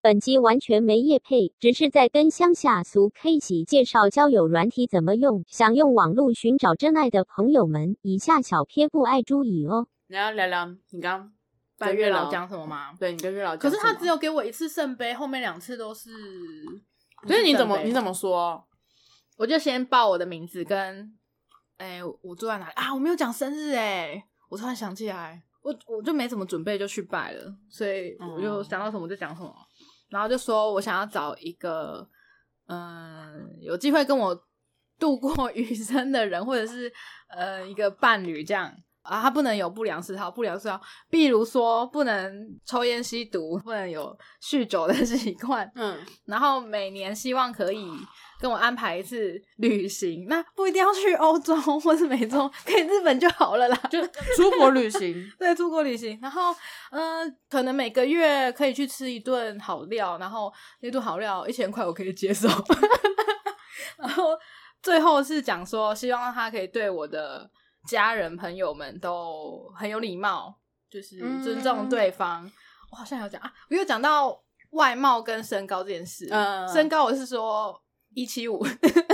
本期完全没业配，只是在跟乡下俗 K 喜介绍交友软体怎么用。想用网络寻找真爱的朋友们，以下小撇步爱猪乙哦。你要聊聊你刚跟跟月月老老讲什么吗？对你跟月老可讲什是么，他只有给我一次圣杯，后面两次都是。可是你怎么你怎么？么说？我就先报我的名字跟，哎、我住在哪里啊？我没有讲生日哎、我突然想起来，我我就没怎么准备就去拜了，所以我就嗯想到什么就讲什么，然后就说我想要找一个，嗯，有机会跟我度过 余生的人，或者是呃一个伴侣这样。啊，他不能有不良嗜好，不良嗜好，比如说不能抽烟吸毒，不能有酗酒的 习惯，嗯，然后每年希望可以跟我安排一次旅行，那不一定要去欧洲或是美洲，可以日本就好了啦。 就 出国旅行对，出国旅行，然后嗯、呃可能每个月可以去吃一顿好料，然后那顿好料一千块我可以接受。 然后最后是讲说，希望他可以对我的家人朋友们都很有礼貌，就是尊重嗯对方。我好像有讲啊，我有讲到外貌跟身高这件事。嗯身高我是说一七五，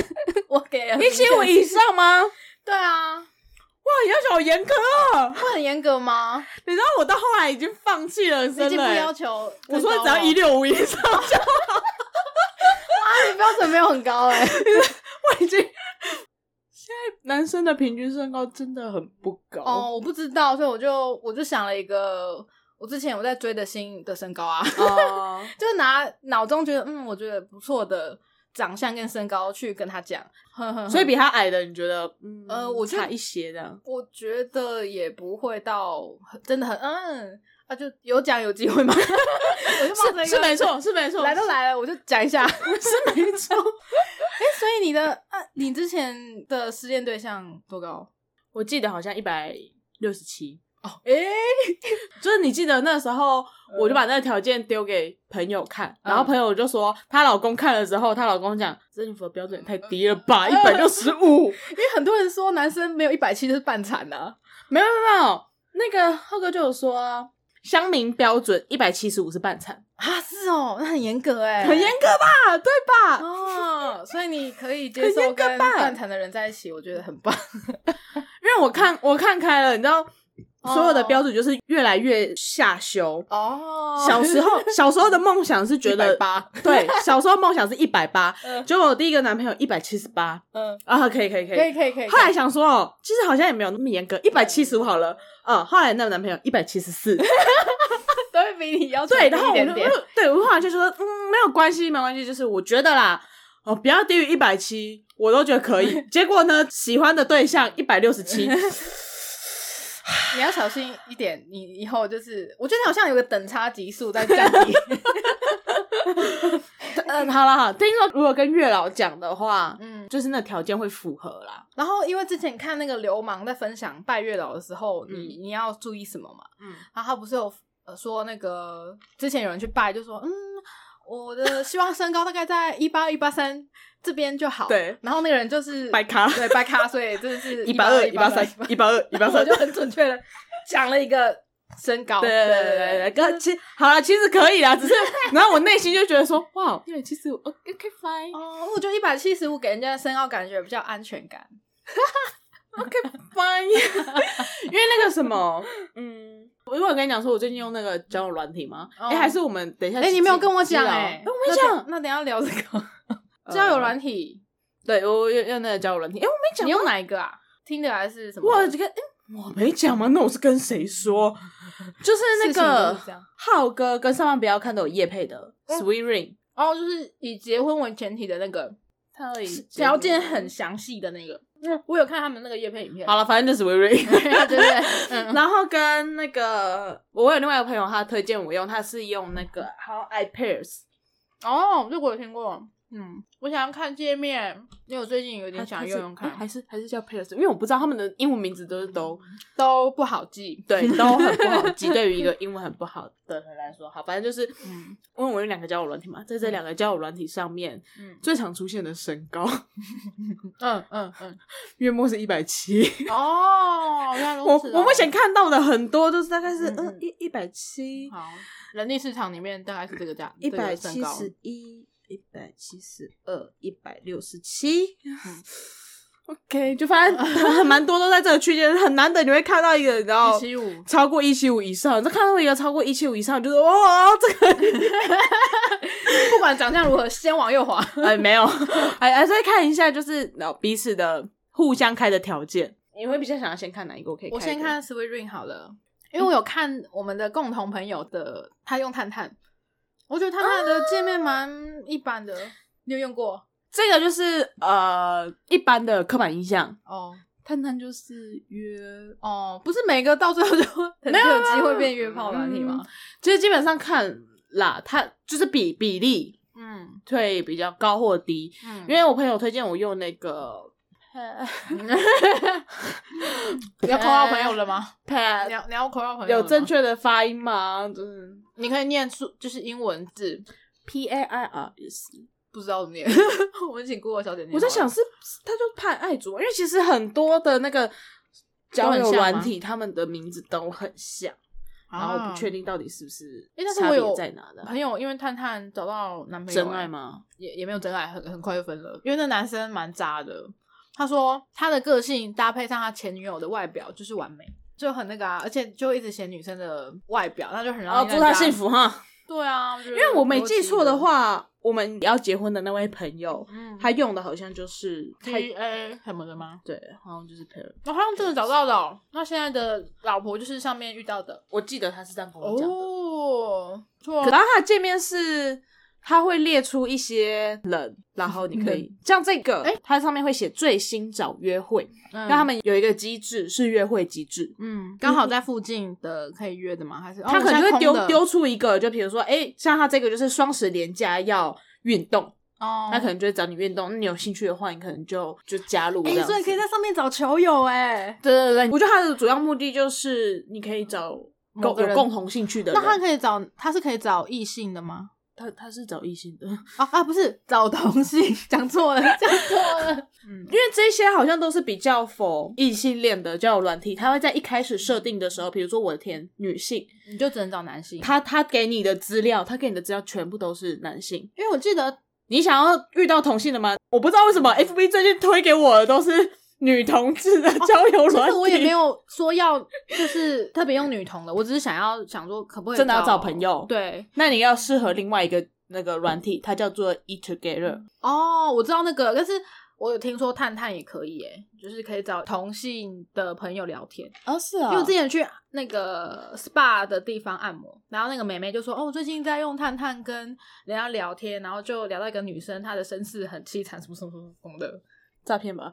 我给了一七五明以显上吗？哇，对啊，你要求好严苛哦！ 会很严格吗？你知道我到后来已经放弃了，你已真经的不欸。要求我更说高哦只要了一六五以上， 啊，你标准没有很高 哎、我已经。现在男生的平均身高真的很不高哦，我不知道，所以我就我就想了一个，我之前我在追的新的身高啊， 哦，就拿脑中觉得嗯，我觉得不错的长相跟身高去跟他讲，呵呵呵 所以比他矮的，你觉得？嗯呃我觉得差一些的。我觉得也不会到很真的很嗯啊，就有讲有机会吗？ 我就抱着一个是是没错，是没错，来都来了，我就讲一 下。哎、是没 错。所以你的啊，你之前的失恋对象多高？我记得好像一百六十七，哦，哎、 就是你记得那时候，嗯我就把那个条件丢给朋友看，然后嗯朋友就说，她老公看了之后，她老公讲，这女的标准也太低了吧，嗯一百六十五，因为很多人说男生没有一百七就是半残呐、啊。没有没有没有，那个浩哥就有说啊，乡民标准一百七十五是半残，啊，是哦，那很严格哎、很严格吧，对吧？哦，所以你可以接很受严格跟吧半残的人在一起，我觉得很棒。因为我看我看开了，你知道，哦所有的标准就是越来越下修。 哦小时候，小时候的梦想是觉得八， 对，小时候梦想是一百八，嗯结果我第一个男朋友一百七十八嗯， 啊，可以可以嗯可可以以。可以可以。后来想说哦，其实好像也没有那么严格，一百七十五好了。嗯，后来那个男朋友一百七十 四，都会比你要求对，然后低我一就点点我就对我后来就说，嗯，没有关系，没有关系，就是我觉得啦，哦，不要低于一百七，我都觉得可 以。结果呢，喜欢的对象一百六十 七， 你要小心一点，你以后就是，我觉得你好像有个等差级数在降低。嗯，好了好，听说如果跟月老讲的话，嗯，就是那条件会符合啦。然后因为之前看那个流氓在分享拜月老的时候，你你要注意什么嘛？嗯，然后他不是有呃说那个之前有人去拜，就说嗯，我的希望身高大概在一八一八三这边就好。对然后那个人就是白咖对白咖，所以真的是 一百二、一百三、一183百二、一 百我三就。很准确的讲了一个身高。对对对对对，跟其好了，其实可以啦，只 是然后我内心就觉得说，哇，因为其实我 OK OK fine 哦，我觉得一百七十五给人家的身高感觉比较安全感。 OK fine，因为那个什么，嗯，我因为我跟你讲说，我最近用那个交友软体嘛，哦哎、还是我们等一下，哎，你没有跟我讲哎哎，、我没那等讲，那等一下聊这个 呃交友软体，对我用用那个交友软体，哎、我没讲你吗，用哪一个啊？听的还是什么？我这个，哎、我没讲吗？那我是跟谁说？就是那事情都个是这样浩哥跟上万不要看都有叶配的 Sweet Ring，哦，就是以结婚为前提的那个。他条件很详细的那个。我有看他们那个叶片影片。好 了，了，反正就是 Sweet Ring。对对对，嗯，然后跟那个，我有另外一个朋友，他推荐我用，他是用那个 How I Pairs，哦，这个我有听过。嗯，我想要看界面，因为我最近有点想用用还是哎还看，是还是叫 Pairs，因为我不知道他们的英文名字都都都不好记。 对都很不好记，对于一个英文很不好的人来说，好，反正就是，嗯因为我有两个交友软体嘛，在这两个交友软体上面，嗯最常出现的身高嗯嗯嗯，月末是一百七，哦，原来如嗯我此哦我目前看到的很多都是大概是嗯嗯啊嗯一一百七，好，人力市场里面大概是这个价，一百这七个身十一、一百七十二、一百六十七。OK，就发现很 蛮多都在这个区间，很难得你会看到一个，然高后175超过一七五以上，这看到一个超过一七五以上，就是哦，这个不管长相如何，先往右滑。哎没有，哎 还是会看一下，就是然后彼此的互相开的条件。你会比较想要先看哪一个？我可以我开一嗯先个看 Sweet Ring 好了，因为我有看我们的共同朋友的，他用探探，我觉得探探啊的界面蛮一般的，你有用过这个，就是呃一般的刻板印象，哦？探探就是约哦，不是每个到最后 都没有嗯机会变约炮软体吗？其实基本上看啦，它就是比比例嗯会比较高或低。嗯，因为我朋友推荐我用那个你要扣到朋友了 吗？你 pad，要你要扣到朋友了呃有吗正，确的发音吗？就是你可以念出就是英文字， p a i r s。不知道怎么念。 我们请顾问小姐念好了。我在想是，他就派爱主，因为其实很多的那个交友软体，他们的名字都很像，啊，然后不确定到底是不是诶但是差我别有在哪的朋友因为探探找到男朋友、啊真爱？吗？也也没有真爱，很很快就分了。因为那男生蛮渣的，他说他的个性搭配上他前女友的外表就是完美，就很那个啊，而且就一直嫌女生的外表，那就很然容后哦易祝让他人家幸。福哈！对啊，因因为我没记错的，话，我们要结婚的那位朋友，嗯，他用的好像就是他 T A 什么的吗？对，好像就是 pair。然后他用这个找到的哦、那现在的老婆就是上面遇到的我记得他是这样跟我讲的。哦，不错可然后他的界面是，他会列出一些人，然后你可以嗯像这个，哎、它上面会写最新找约会，那那、他们有一个机制是约会机制。嗯，刚好在附近的可以约的吗？还是、哦他可能就我现在会空丢的丢出一个，就比如说，哎、像他这个就是双十连假要运动，哦，他可能就会找你运动。那你有兴趣的话，你可能就就加入这哎、样子。所以可以在上面找球友哎、对对对，我觉得他的主要目的就是你可以找某共个人有共同兴趣的那人。他可以找他是可以找异性的吗？他他是找异性的，啊啊，不是找同性，讲错了，讲错了。嗯因为这些好像都是比较否异性恋的交友软体，它会在一开始设定的时候，比如说我填女性， 你就只能找男性，他他给你的资料，他给你的资料全部都是男性。因为 我记得你想要遇到同性的吗？我不知道为什么 FB 最近推给我的都是女同志的交友其软体，实我也没有说要就是特别用女同的，我只是想要想说可不可以真的要找朋友对，那你要适合另外一个那个软体，它叫做 Eat Together。哦，我知道那个，但是我有听说探探也可以哎，就是可以找同性的朋友聊天。哦，是啊因为我之前去那个 SPA 的地方按摩，然后那个美眉就说：“哦，我最近在用探探跟人家聊天，然后就聊到一个女生，她的身世很凄惨，什么什么什么什么的。诈骗 吧，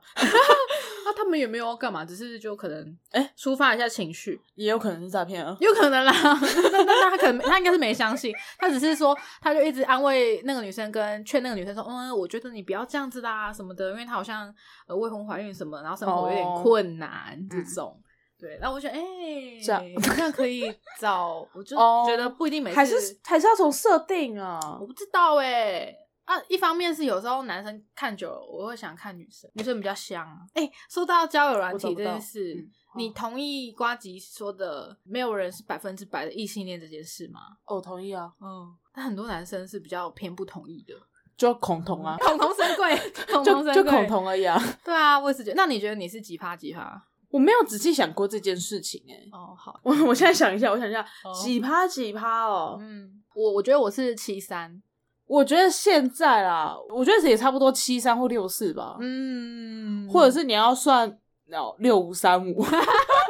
那他们也没有要干嘛，只是就可能哎抒发一下情绪，也有可能是诈骗啊。有可能啦。但但他可能他应该是没相信，他只是说他就一直安慰那个女生，跟劝那个女生说：嗯，我觉得你不要这样子啦什么的，因为她好像呃未婚怀孕什么，然后生活哦有点困难、这种。”对，那我觉得，哎、嗯这样好像可以找，我就哦觉得不一定每次，还是还是要从设定啊我，不知道哎、啊，一方面是有时候男生看久了，我会想看女生，女生比较香啊。哎、说到交友软我找体不这到件事，嗯好你同意瓜吉说的没有人是百分之百的异性恋这件事吗？哦，同意啊，嗯，但很多男生是比较偏不同意的，就恐同啊，恐同神 贵，恐同就神就贵，恐。同而已啊。对啊，我也是觉得。那你觉得你是几趴几趴？我没有仔细想过这件事情哎、哦，好，我我现在想一下，我想一下，哦几趴几趴哦？嗯，我我觉得我是七三，我觉得现在啦，我觉得也差不多七三或六四吧，嗯，或 者是你要算哦六五三五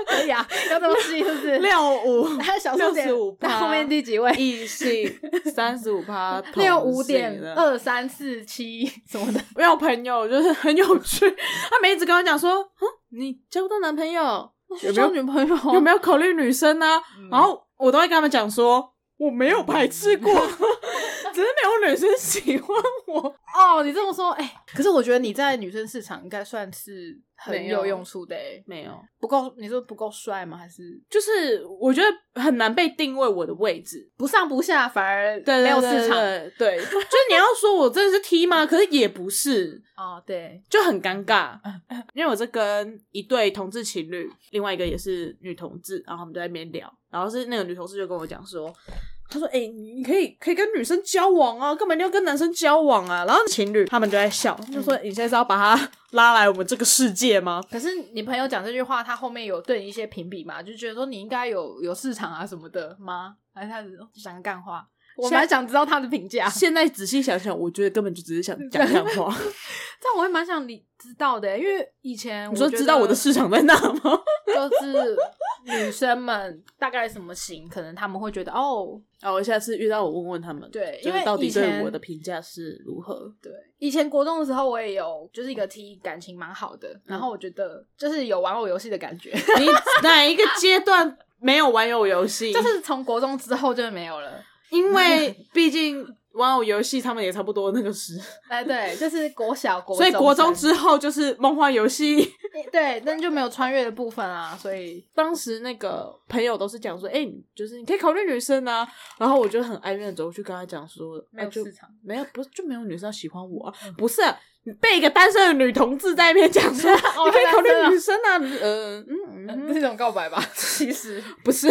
可以啊，要这么细是 不是？六 五他小数点65趴那后面第几位？异性三十五趴， 六同五性点的二三四七什么的，我有朋友就是 很有趣，他每一直跟我讲说，嗯，你交不到男朋友，有没有女朋友有没有考虑女生呢、哦嗯然后我都会跟他们讲 说，我没有排斥过，只是没有女生喜欢我。哦靠，你这么说，哎、可是我觉得你在女生市场应该算是很没有有用处的、哎，没有，不够，你说不够帅吗？还是就是我觉得很难被定位我的位置，不上不下，反而对没有市场？对对，对就是你要说我真的是 T 吗？可是也不是，哦，对，就很尴尬。因为我这跟一对同志情侣，另外一个也是女同志，然后我们就在那边聊，然后是那个女同事就跟我讲说。她说：“哎、你可以可以跟女生交往啊，干嘛一定要跟男生交往啊？”然后情侣他们就在笑，就说：“嗯你现在是要把他拉来我们这个世界吗？”可是你朋友讲这句话，他后面有对你一些评比嘛？就觉得说你应该有有市场啊什么的吗？还是他只是讲干话？我现在蛮想知道他的评价，现在仔细想想，我觉得根本就只是想讲讲话。但我会蛮想你知道的、欸因为以前你说觉知嗯道我的得市场在哪 吗？ 就是女生们大概什么型，可能他们会觉得哦，啊，我下次遇到我问问他们，对就因为是到底以前对我的评价是如何？对。以前国中的时候，我也有就是一个 T 感情蛮好的，然嗯后我觉得就是有玩偶游戏的 感觉，你哪一个阶段没有玩偶游戏？就是嗯从国中之后就没有了。 因为毕竟玩偶游戏他们也差不多那个时，哎，对，就是国小国所中生，以国中之后就是梦幻游戏。对，但就没有穿越的部分啊，所 以当时那个朋友都是讲说，哎、你就是你可以考虑女生啊，然后我就很哀怨的走去跟他讲说，没有啊就市场嗯没有不是就没有女生要喜欢我、啊，不是、啊、你被一个单身的女同志在那边讲 说，哦你可以考虑单身啊女生啊，嗯嗯 嗯，这是一种告白吧？其实， 不是，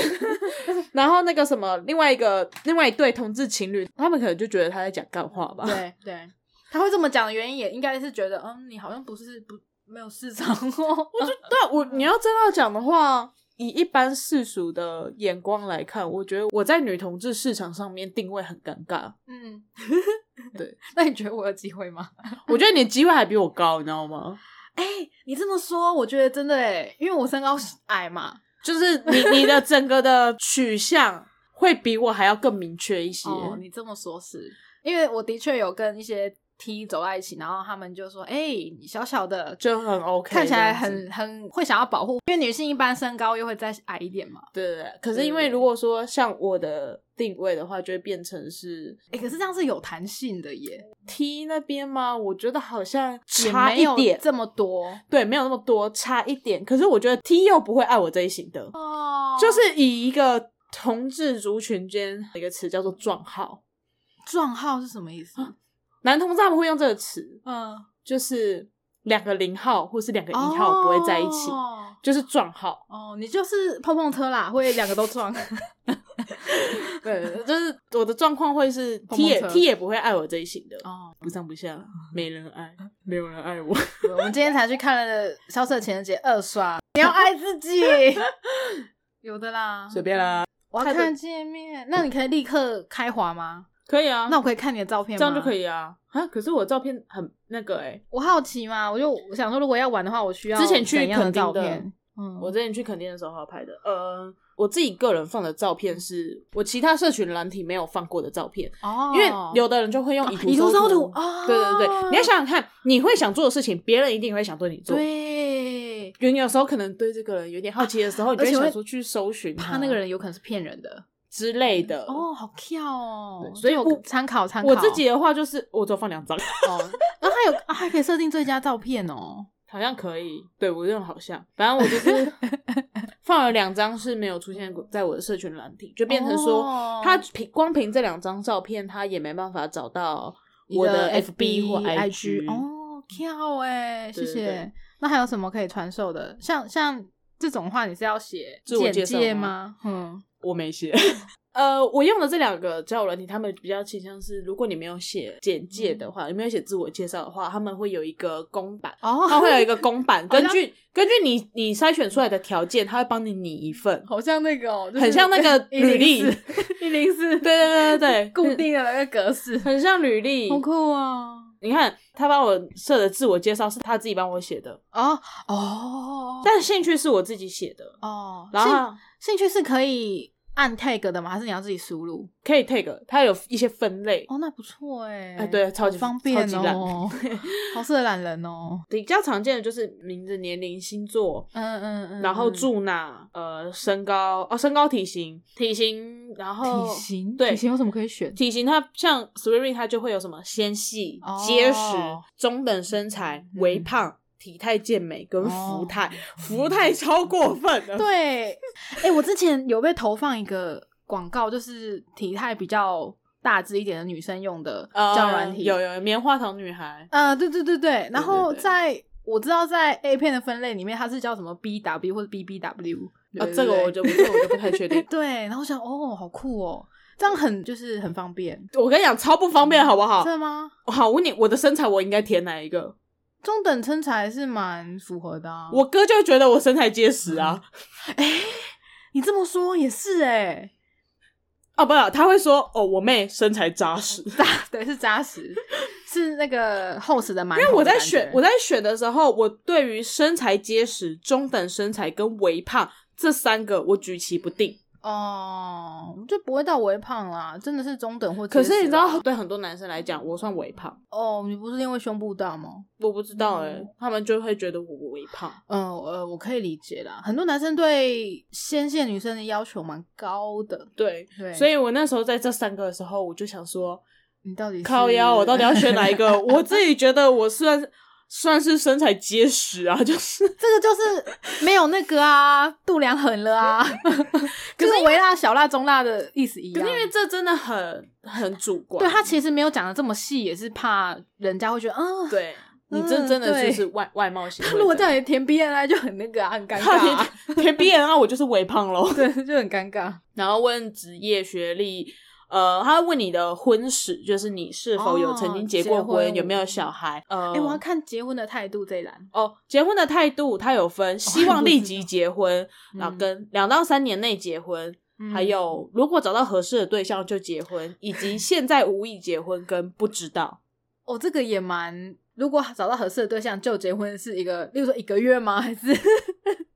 然后那个什么，另外一个另外一对同志情侣，他们可能就觉得他在讲干话吧。 对对，他会这么讲的原因，也应该是觉得，嗯，你好像不是不没有市场哦。我就对啊我你要真要讲的话，以一般世俗的眼光来看，我觉得我在女同志市场上面定位很尴 尬。嗯， 对。那你觉得我有机会吗？我觉得你的机会还比我高，你知道吗？ 哎、你这么说，我觉得真的哎，因为我身高矮嘛。就是你你的整个的取向会比我还要更明确一些。哦，你这么说是，因为我的确有跟一些 T 走在一起，然后他们就说，哎、你小小的。就很 OK，看起来这样子很很会想要保护，因为女性一般身高又会再矮一点嘛。对对对。可是因为如果说像我的定位的话，就会变成是哎、可是这样是有弹性的耶， T 那边吗？我觉得好像也差没一有点，这么多对，没有那么多，差一点。可是我觉得 T 又不会爱我这一型的，哦就就是是以一个同志族群间的一个词叫做撞号，撞号是什么意思？ 男同志他们会用这个词，嗯，就是两个零号或是两个一一号不会在一起，哦，就是撞号。哦你就是碰碰车啦，会两个 都撞。对， 就是我的状况会是碰 T 也车 T 也不会爱我这一型的，哦，不上不下，没人爱，没有人爱我。我们今天才去看了《萧瑟情人节》二刷，你要爱自己。 有的啦，随便啦，我要太多看界面。那你可以立刻开滑吗？可以啊，那我可以看你的照片吗？这样就可。以啊。啊，可是我照片很那个哎、我好奇嘛，我就我想说，如果要玩的话，我需要之前去怎样的垦丁照的片。嗯，我之前去垦丁的时候拍的，呃，我自己个人放的照片是我其他社群软体没有放过的照片，哦，因为有的人就会用以以图图搜搜图图。啊，对对对，你要想想看，你会想做的事情，别人一定会想对你做。对，人有时候可能对这个人有点好奇的时候，你就啊而会且会想说去搜寻怕那个人有可能是骗人的。之类的。哦，好跳哦！对所以就我有参考参考我自己的话就是，我只有放两张，哦，然后还有啊，还可以设定最佳照片哦。好像可以。对我用好像，反正我就是 放了两张是没有出现过在我的社群软体，就变成说哦他凭光凭这两张照片，他也没办法找到我你的 FB 或嗯 IG 哦，跳哎，谢对对谢对。那还有什么可以传授的？像像这种话，你是要写自我简介绍介吗吗？ 嗯，我没写。呃，我用的这两个交友软体，他们比较倾向是，如果你没有写简介嗯的话，你没有写自我介绍的话，他们会有一个公版，哦，他会有一个公 版，根像据根据你你筛选出来的条件，他会帮你拟一份，好像那个哦，就是很像那 个履历， 104一零四，对对对对对， 固定的那个格 式，很像履历好。酷啊！你看他帮我设的自我介绍是他自己帮我写的，哦哦但兴趣是我自己写的。哦，然兴后兴趣是可以按 tag 的吗？还是你要自己输入？可以 take，它有一些分类。哦，那不错哎、哎对超级好方便超级懒哦， 好适合懒人哦。比较常见的就是名字、年龄、星座，嗯嗯嗯，然后嗯住哪，呃，身高，哦，身高、体型、体型，然后体型，对体型有什么可以选？体型它像 s w e r i n 它就会有什么纤细哦、结实、中等身材、嗯微胖、体态健美跟哦福态，福态超过分了。对，哎、我之前有被投放一个广告，就是体态比较大只一点的女生用的呃，叫软体，有有有棉花糖女孩，呃，对对对对，然后对对在我知道在 A 片的分类里面，它是叫什么 BW 或者 BBW，啊，对。这个我就这个我就不太确定对，然后我想哦，好酷哦，这样很就是很方便， 我跟你讲，超不方便，好不好真？的吗？好，我问你，我的身材我应该填哪一个？中等身材是蛮符合的啊，我哥就会觉得我身材结实 啊，你这么说也是哎、哦，不，他会说哦，我妹身材扎实。扎对是扎实，是那个厚实的馒因头的感觉。为我在选我在选的时候，我对于身材结实、中等身材跟微胖这三个我举棋不定。哦，就不会到微胖啦，真的是中等或可结是你实知道，啦对很多男生来讲，我算微胖，哦，你不是因为胸部大吗？我不知道哎、嗯他们就会觉得我微胖。嗯呃，我可以理解啦，很多男生对纤细的女生的要求蛮高的，对，对，所以以我那时候在这三个的时候，我就想说，你到底是靠腰，我到底要选哪一个？我自己觉得我算算是身材结实啊， 就是 这个就是没有那个啊，度量衡 了啊，就是微辣、小辣、中辣的意思一可样。是因为这真的很很主观，对他其实没有讲的这么细，也是怕人家会觉得啊，对你嗯这真的对就是外外貌型。 如果叫你填 BMI 就很那个啊，很尴他尬、 填啊，填 B N 啊，我就是微胖喽。对，就很尴尬。 然后问职业、学历，呃，他会问你的婚史，就是你是否有哦曾经结结过婚，婚有没有小孩？呃，哎、我要看结婚的态度这一栏。哦，结婚的态度他有哦分，希望立即结 婚，然后跟两到三年内结婚。嗯还有，如果找到合适的对象就结婚，以及现在无意结婚跟不知道，哦，这个也蛮，如果找到合适的对象就结婚是一个，例如说一个月吗？ 还是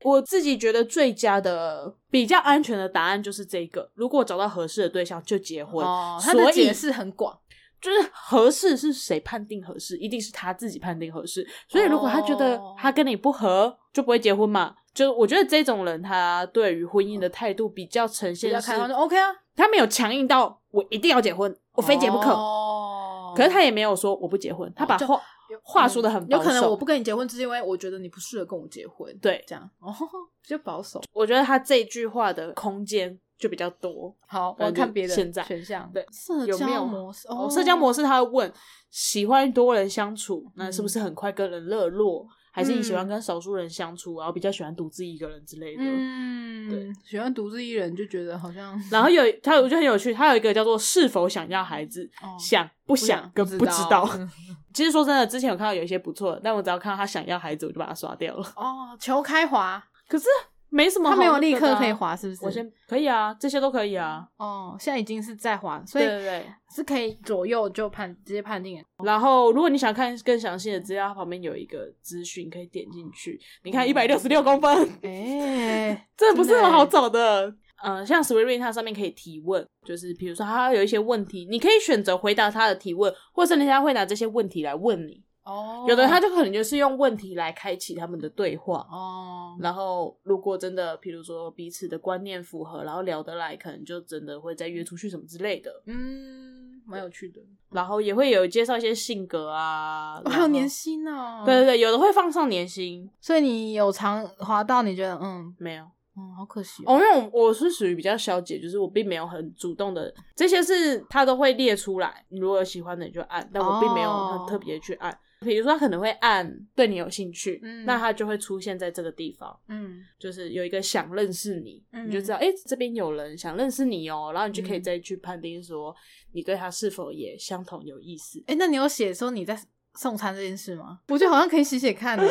我自己觉得最佳的、比较安全的答案就是这个：如果找到合适的对象就结婚。哦，他所的以解释很广。就是合适是谁判定合适，一定是他自己判定合适。所以如果他觉得哦他跟你不合，就不会结婚嘛。就我觉得这种人，他对于婚姻的态度比较呈哦比现较是开，放，就 OK 啊，他没有强硬到我一定要结婚，我非结不可。哦，可是他也没有说我不结婚，他把就话有话说得很嗯保有可能守我不跟你结婚，只是因为我觉得你不适合跟我结婚，对，这样哦，比较保守。我觉得他这句话的空间就比较多。好，我那要就看别的现在选项，对社有没有交模式，哦，哦，社交模式他会问喜欢多人相处，那是不是很快跟人热络？还是你喜欢嗯跟少数人相处，然后比较喜欢独自一个人之类的？嗯，喜欢独自一人就觉得好像，然后有他，我觉得很有趣，他有一个叫做“是否想要孩子”，哦想不想跟不知道。嗯其实说真的，之前有看到有一些不错的，但我只要看到他想要孩子，我就把他刷掉了。哦，求开 滑，可是没什么他好那没个的有啊，立刻可以滑，是不是？我先可以啊，这些都可以啊。哦，现在已经是在滑，所对以对对。是可以左右就判直接判定的。然后如果你想看更详细的资料，它旁边有一个资讯可以点进去。你嗯看一百六十六公分，哎、 这不是真的很欸好找的。呃，像 Siri 它上面可以提问，就是比如说它有一些问题，你可以选择回答他的提问，或是人家会拿这些问题来问你。哦，有的他就可能就是用问题来开启他们的对话，哦，然后如果真的，比如说彼此的观念符合，然后聊得来，可能就真的会再约出去什么之类的。嗯，蛮有趣的，然后也会有介绍一些性格啊，哦、还然有后年。薪哦，对对，对，有的会放上年薪，所以你有常滑到，你觉得嗯没有。嗯，好可惜哦，因为我我是属于比较消解，就是我并没有很主动的，这些是他都会列出来，你如果有喜欢的你就按，但我并没有哦很特别去按。比如说他可能会按对你有兴趣，嗯那他就会出现在这个地方。嗯，就是有一个想认识你，嗯你就知道，哎、这边有人想认识你哦、然后你就可以嗯再去判定说你对他是否也相同有意思。哎、那你有写说你在送餐这件事吗？我觉得好像可以写写 看呢、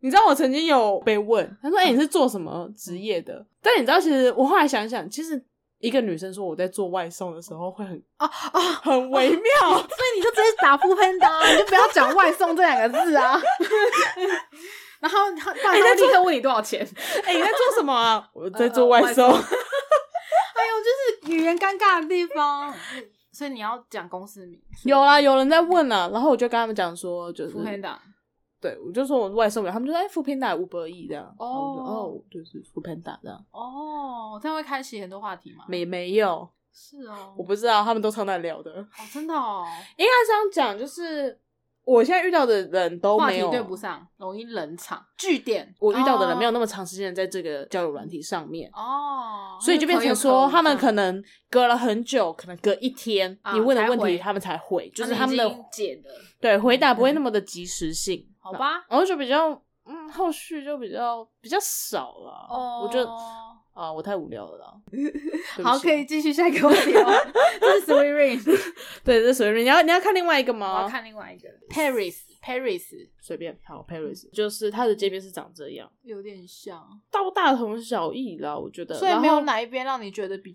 你知道我曾经有被问，他嗯说，哎、你是做什么职业的？但你知道，其实我后来想想，其实一个女生说我在做外送的时候会很哦哦，很微妙，所以你就直接打副喷达，你就不要讲外送这两个字啊。 然后他，不然他会立刻问你多少钱。哎、你在做什么啊？我在做呃外送。外送 哎呦，我觉语言尴尬的地方， 所以你要讲公司名。 有呃啦，有人在问啦，然后我就跟他们讲说，就是副黑党，对，我就说我外送员，他们就说哎，富平达五百亿这样，哦然后我就哦，就是富平达这样，哦，这样会开启很多话题吗？没没有，是哦，我不知道，他们都超难聊的，哦，真的哦，应该这样讲，就是我现在遇到的人都话没题有对不上，容易冷场。据点，我遇到的人没有哦那么长时间在这个交友软体上面，哦，所以就变成说，他们可能能隔了很久，可能隔一天，啊你问的才问回啊题他们才回，就是他们已的经嗯解的，对回答不会那么的及时性，好吧？然后就比较嗯，后续就比较比较少了。哦，我觉得啊，我太无聊 了啦。对不好，起可以继续下一个问 题哦。这是 Sweet Ring，对，这随便。你要你要看另外一个我要吗？看另外一个 Paris Paris，随便，好，Paris 就是它的界面是长这样，有点像，到大同小异啦，我觉得。所以然没有后哪一边让你觉得比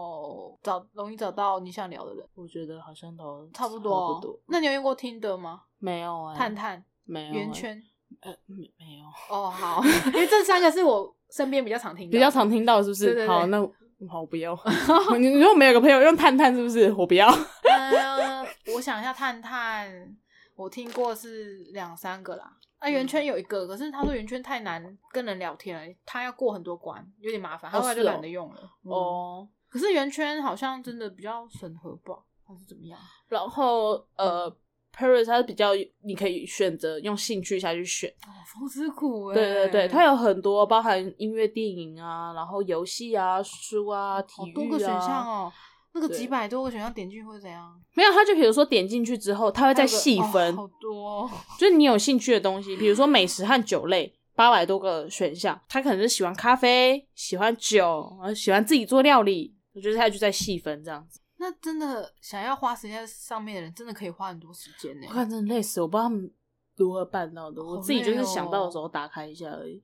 较找容易找到你想聊的人，我觉得好像都差不不多哦。多。那你有用过 Tinder 吗？没有哎，探探、没有哎圆，圈。呃，没没有，哦，好，因为这三个是我身边比较常听到的，比较常听到是不是？对对对好，那好，我不 要。你你说我们有个朋友用探探是不是？我 不要。呃，我想一下，探探，我听过是两三个啦。啊，圆嗯圈有一个，可是他说圆圈太难跟人聊天了，他要过很多关，有点麻烦，他哦后来就是懒哦得用了。嗯，哦，可是圆圈好像真的比较审核吧，还是怎么样？啊然后呃。Paris 它是比较，你可以选择用兴趣下去选，哦，风之谷、欸，对对对，它有很多包含音乐、电影啊，然后游戏啊、书啊、体好育啊，多个选项哦，那个几对百多个选项点进去会怎样？没有，它就比如说点进去之后，它会再还有个细哦分，好多哦、 就是你有兴趣的东西，比如说美食和酒类，八百多个选项，他可能是喜欢咖啡、喜欢酒，然后喜欢自己做料理，我觉得他就在细分这样子。那真的想要花时间在上面的人，真的可以花很多时间呢、我看真的累死，我不知道他们如何办到的，我好自己就是累哦想到的时候打开一下而已。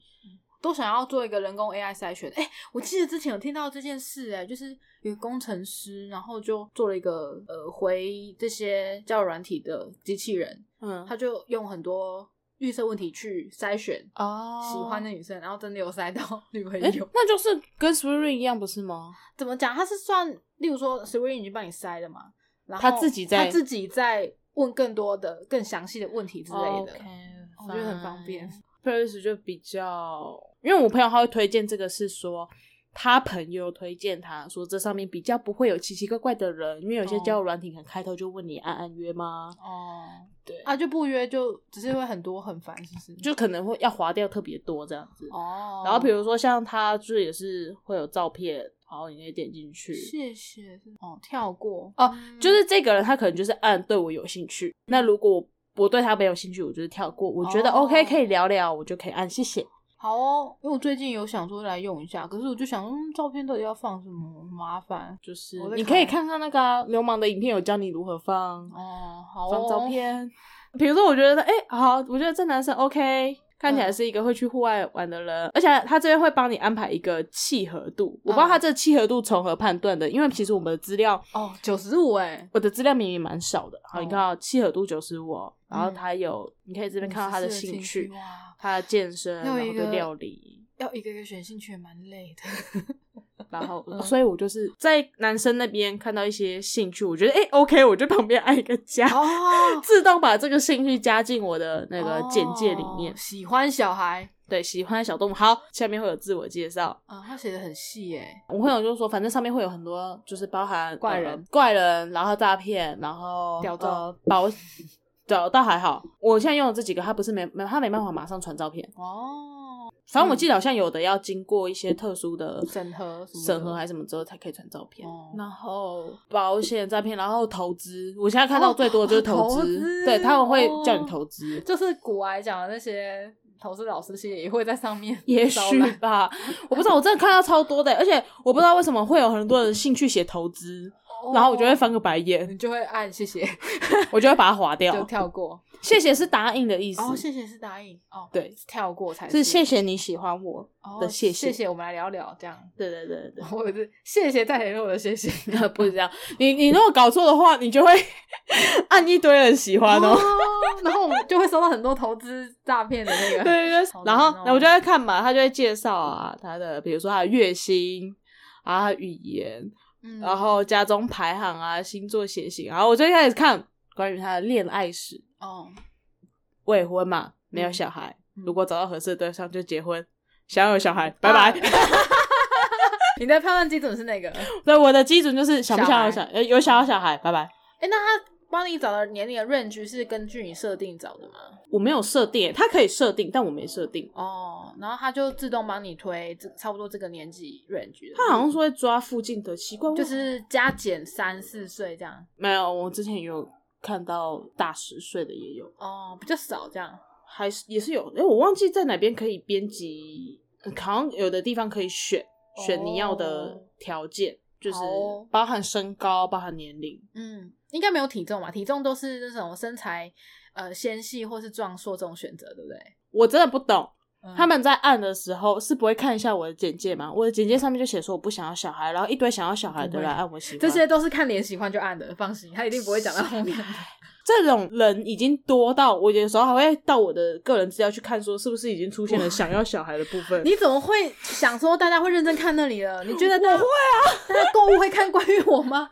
都想要做一个人工 AI 筛选。哎、我记得之前有听到这件事、哎，就是有个工程师，然后就做了一个呃回这些交友软体的机器人，嗯，他就用很多预设问题去筛选哦喜欢的女生，然后真的有筛到 女朋哎、友。那就是跟 s w i r i n 一样不是吗？怎么讲？他是算，例如说 Siri 已经帮你筛了嘛，然后他自己在他自己在问更多的、更详细的问题之类的 OK，哦我觉得很方便。。 Paris 就比较，因为我朋友他会推荐这个，是说他朋友推荐他说这上面比较不会有奇奇怪怪的人，因为有些哦交友软体可能开头就问你安安约吗？哦，对，啊，就不约就只是会很多很烦，是不是？就可能会要划掉特别多这样子。哦，然后比如说像他就是也是会有照片，然后你可以点进去。谢谢哦，跳过嗯哦，就是这个人他可能就是按对我有兴趣，那如果我对他没有兴趣，我就是跳过。我觉得哦 OK 可以聊聊，我就可以按谢谢。好哦，因为我最近有想说来用一下，可是我就想，嗯，照片到底要放什么，麻烦就是我在你可以看看看那个啊、流氓的影片，有教你如何放、哦，好哦，放照，片。比如说，我觉得哎、好，我觉得这男生 OK，看起来嗯是一个会去户外玩的人，而且他这边会帮你安排一个契合度。我不知道嗯他这契合度从何判断的，因为其实我们的资料，哦，九十五哎，我的资料明明蛮少的。好，你哦看到契合度九十五，然后嗯他有，你可以这边看到他的54兴趣，哇，他的健身，然要后有一对个料理，要一个一个选兴趣也蛮累 的，然后，哦所以我就是在男生那边看到一些兴趣，我觉得哎、OK，我就旁边按一个加，哦自动把这个兴趣加进我的那个简介里面。哦喜欢小孩对，喜欢小动物，好，下面会有自我介绍。啊，他写的很细哎，我朋友就说，反正上面会有很多，就是包含怪呃人怪人，然后诈骗，然后屌照呃保。屌倒还好，我现在用的这几个，他不是没没他没办法马上传照片，哦，反正我记得好像有的要经过一些特殊的审核什么的审核还是什么之后才可以传照片。哦然后保险诈骗，然后投资，我现在看到最多的就是投哦投资，资对他们会叫哦你投资。就是古玩讲的那些投资老师，其实也会在上面也招许揽吧，我不知道，我真的看到超多的，欸而且我不知道为什么会有很多人兴趣写投资，然后我就会翻个白眼，哦你就会按谢谢，我就会把它划 就掉。跳过。谢谢是答应的意思，哦，谢谢是答应哦，对，跳过才是是谢谢你喜欢我哦的谢谢谢。谢，我们来聊聊这样。对对对 对我也是谢谢再联络的谢谢，对， 不是这样，你你如果搞错的话，你就会 按一堆人喜欢哦。然后我们就会收到很多投资诈骗的那个。 对对好对，然后难哦我就会看嘛，他就会介绍啊，他的比如说他的月薪啊，他的语言，嗯然后家中排行啊、星座血型，然后我最开始看关于他的恋爱史，哦，未婚嘛，没有嗯小孩，嗯啊如果找到合适的对象就结婚，想要有小孩，拜拜。 你的判断基准是哪个？对，我的基准就是想不想要有小小孩呃有想要小孩，拜拜。哎、那他帮你找的年龄的 range 是根据你设定找的吗？我没有设定，欸他可以设定，但我没设定。哦，然后他就自动帮你推这差不多这个年纪 range 的。他好像说会抓附近的习惯，就是加减三四岁这样。没有。我之前也有看到大十岁的也有，哦，比较少这样。还是也是有。哎、我忘记在哪边可以编辑，呃好像有的地方可以选选你要的哦条件，就是好哦包含身高，包含年龄。嗯，应该没有体重吧？体重都是那种身材呃纤细或是壮硕这种选择，对不对？我真的不懂，嗯他们在按的时候是不会看一下我的简介吗？我的简介上面就写说我不想要小孩，然后一堆想要小孩的来按我喜欢。这些都是看脸喜欢就按的，放心，他一定不会讲到后 面的。 这种人已经多到我有时候还会到我的个人资料去看，说是不是已经出现了想要小孩的部分。 你怎么会想说大家会认真看那里了？你觉得大家会啊？大家购物会看关于我吗？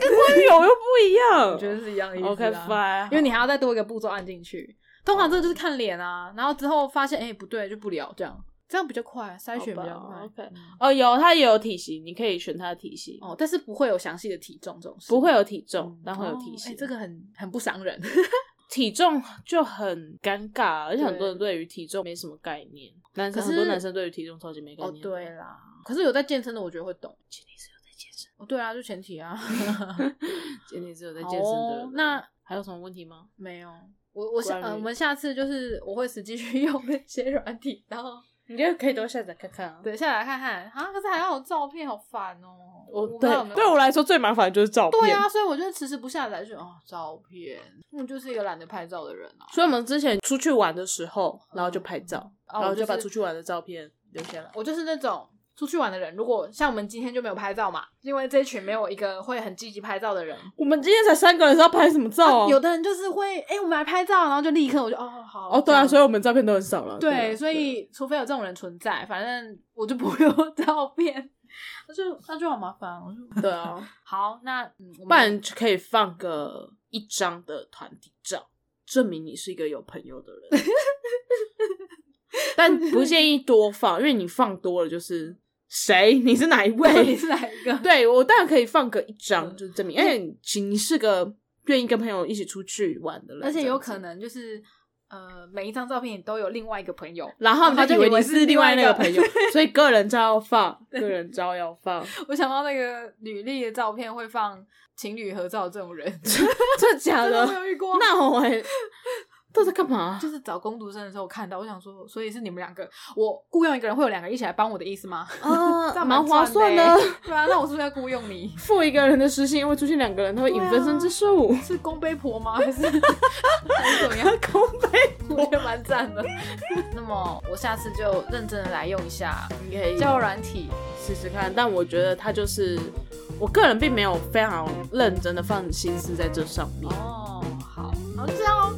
跟友又不一样，我觉得是一样的 意思啊 OK 啦 fine，因为你还要再多一个步骤按进去。通常这就是看脸啊，然后之后发现哎、不对就不聊这样，这样比较快，筛选比较好吧快。 ，OK 嗯哦有他也有体型，你可以选他的体型，哦，但是不会有详细的体重这种事，不会有体重嗯，但会有体哦型。哎这个很很不伤人。体重就很尴尬，啊而且对很多人对于体重没什么概念，男生可是很多男生对于体重超级没概哦，念。对啦，可是有在健身的，我觉得会懂。前提是有在健身，哦，对啊，就前 提啊，前提是有在好健身的哦人。那还有什么问题吗？没有。我我关下于呃，我们下次就是我会实际去 用那些软体，然后你觉得可以多下载看看啊。等下来看看啊。可是还要有照片，好烦哦。我不知道有没对有对我来说最麻烦的就是照片。对啊，所以我就迟迟不下载，就哦，照片，我就是一个懒得拍照的人啊。所以我们之前出去玩的时候，然后就拍照，啊然后我就把出是哦去玩的照片留下来。我就是那种出去玩的人。如果像我们今天就没有拍照嘛，因为这一群没有一个会很积极拍照的人。我们今天才三个人，是要拍什么照啊有的人就是会，哎、我们来拍照，然后就立刻我就哦好哦，对啊，所以以我们照片都很少了。对，啊所以除非有这种人存在，反正我就不用 照片，那就那就好麻烦。我就对啊，好，那嗯，我不们然就可以放个一张的团体照，证明你是一个有朋友的 人。但不建议多放，因为你放多了就是谁，你是哪一对你位？是哪一个？对我当然可以放个一张，嗯就是证明，而且你你是个愿意跟朋友一起出去玩的人，而且有能。可能就是呃，每一张照片都有另外一个朋友。 然后他就以为你是另外那个朋友我就以为是另 外，所以个人照要放，个人照要放，我想到那个履历的照片会放情侣合照这种人， 真的假 真的的没？有遇过。那我也都在干嘛就？是找工读生的时候看到，我想说，所以是你们两个，我雇佣一个人会有两个一起来帮我的意思吗？啊这 样蛮划算赚的欸。 对啊，那我是不是要雇佣你？付一个人的时薪会出现两个人，他会引分身之 术。是公杯婆吗？还 是还是怎么样？ 空杯，我觉得蛮赞的。 那么我下次就认真的来用一下你可以交友软体。试试看。但我觉得他就是，我个人并没有非常认真的放心思在这上面。哦，好，好，就这样哦，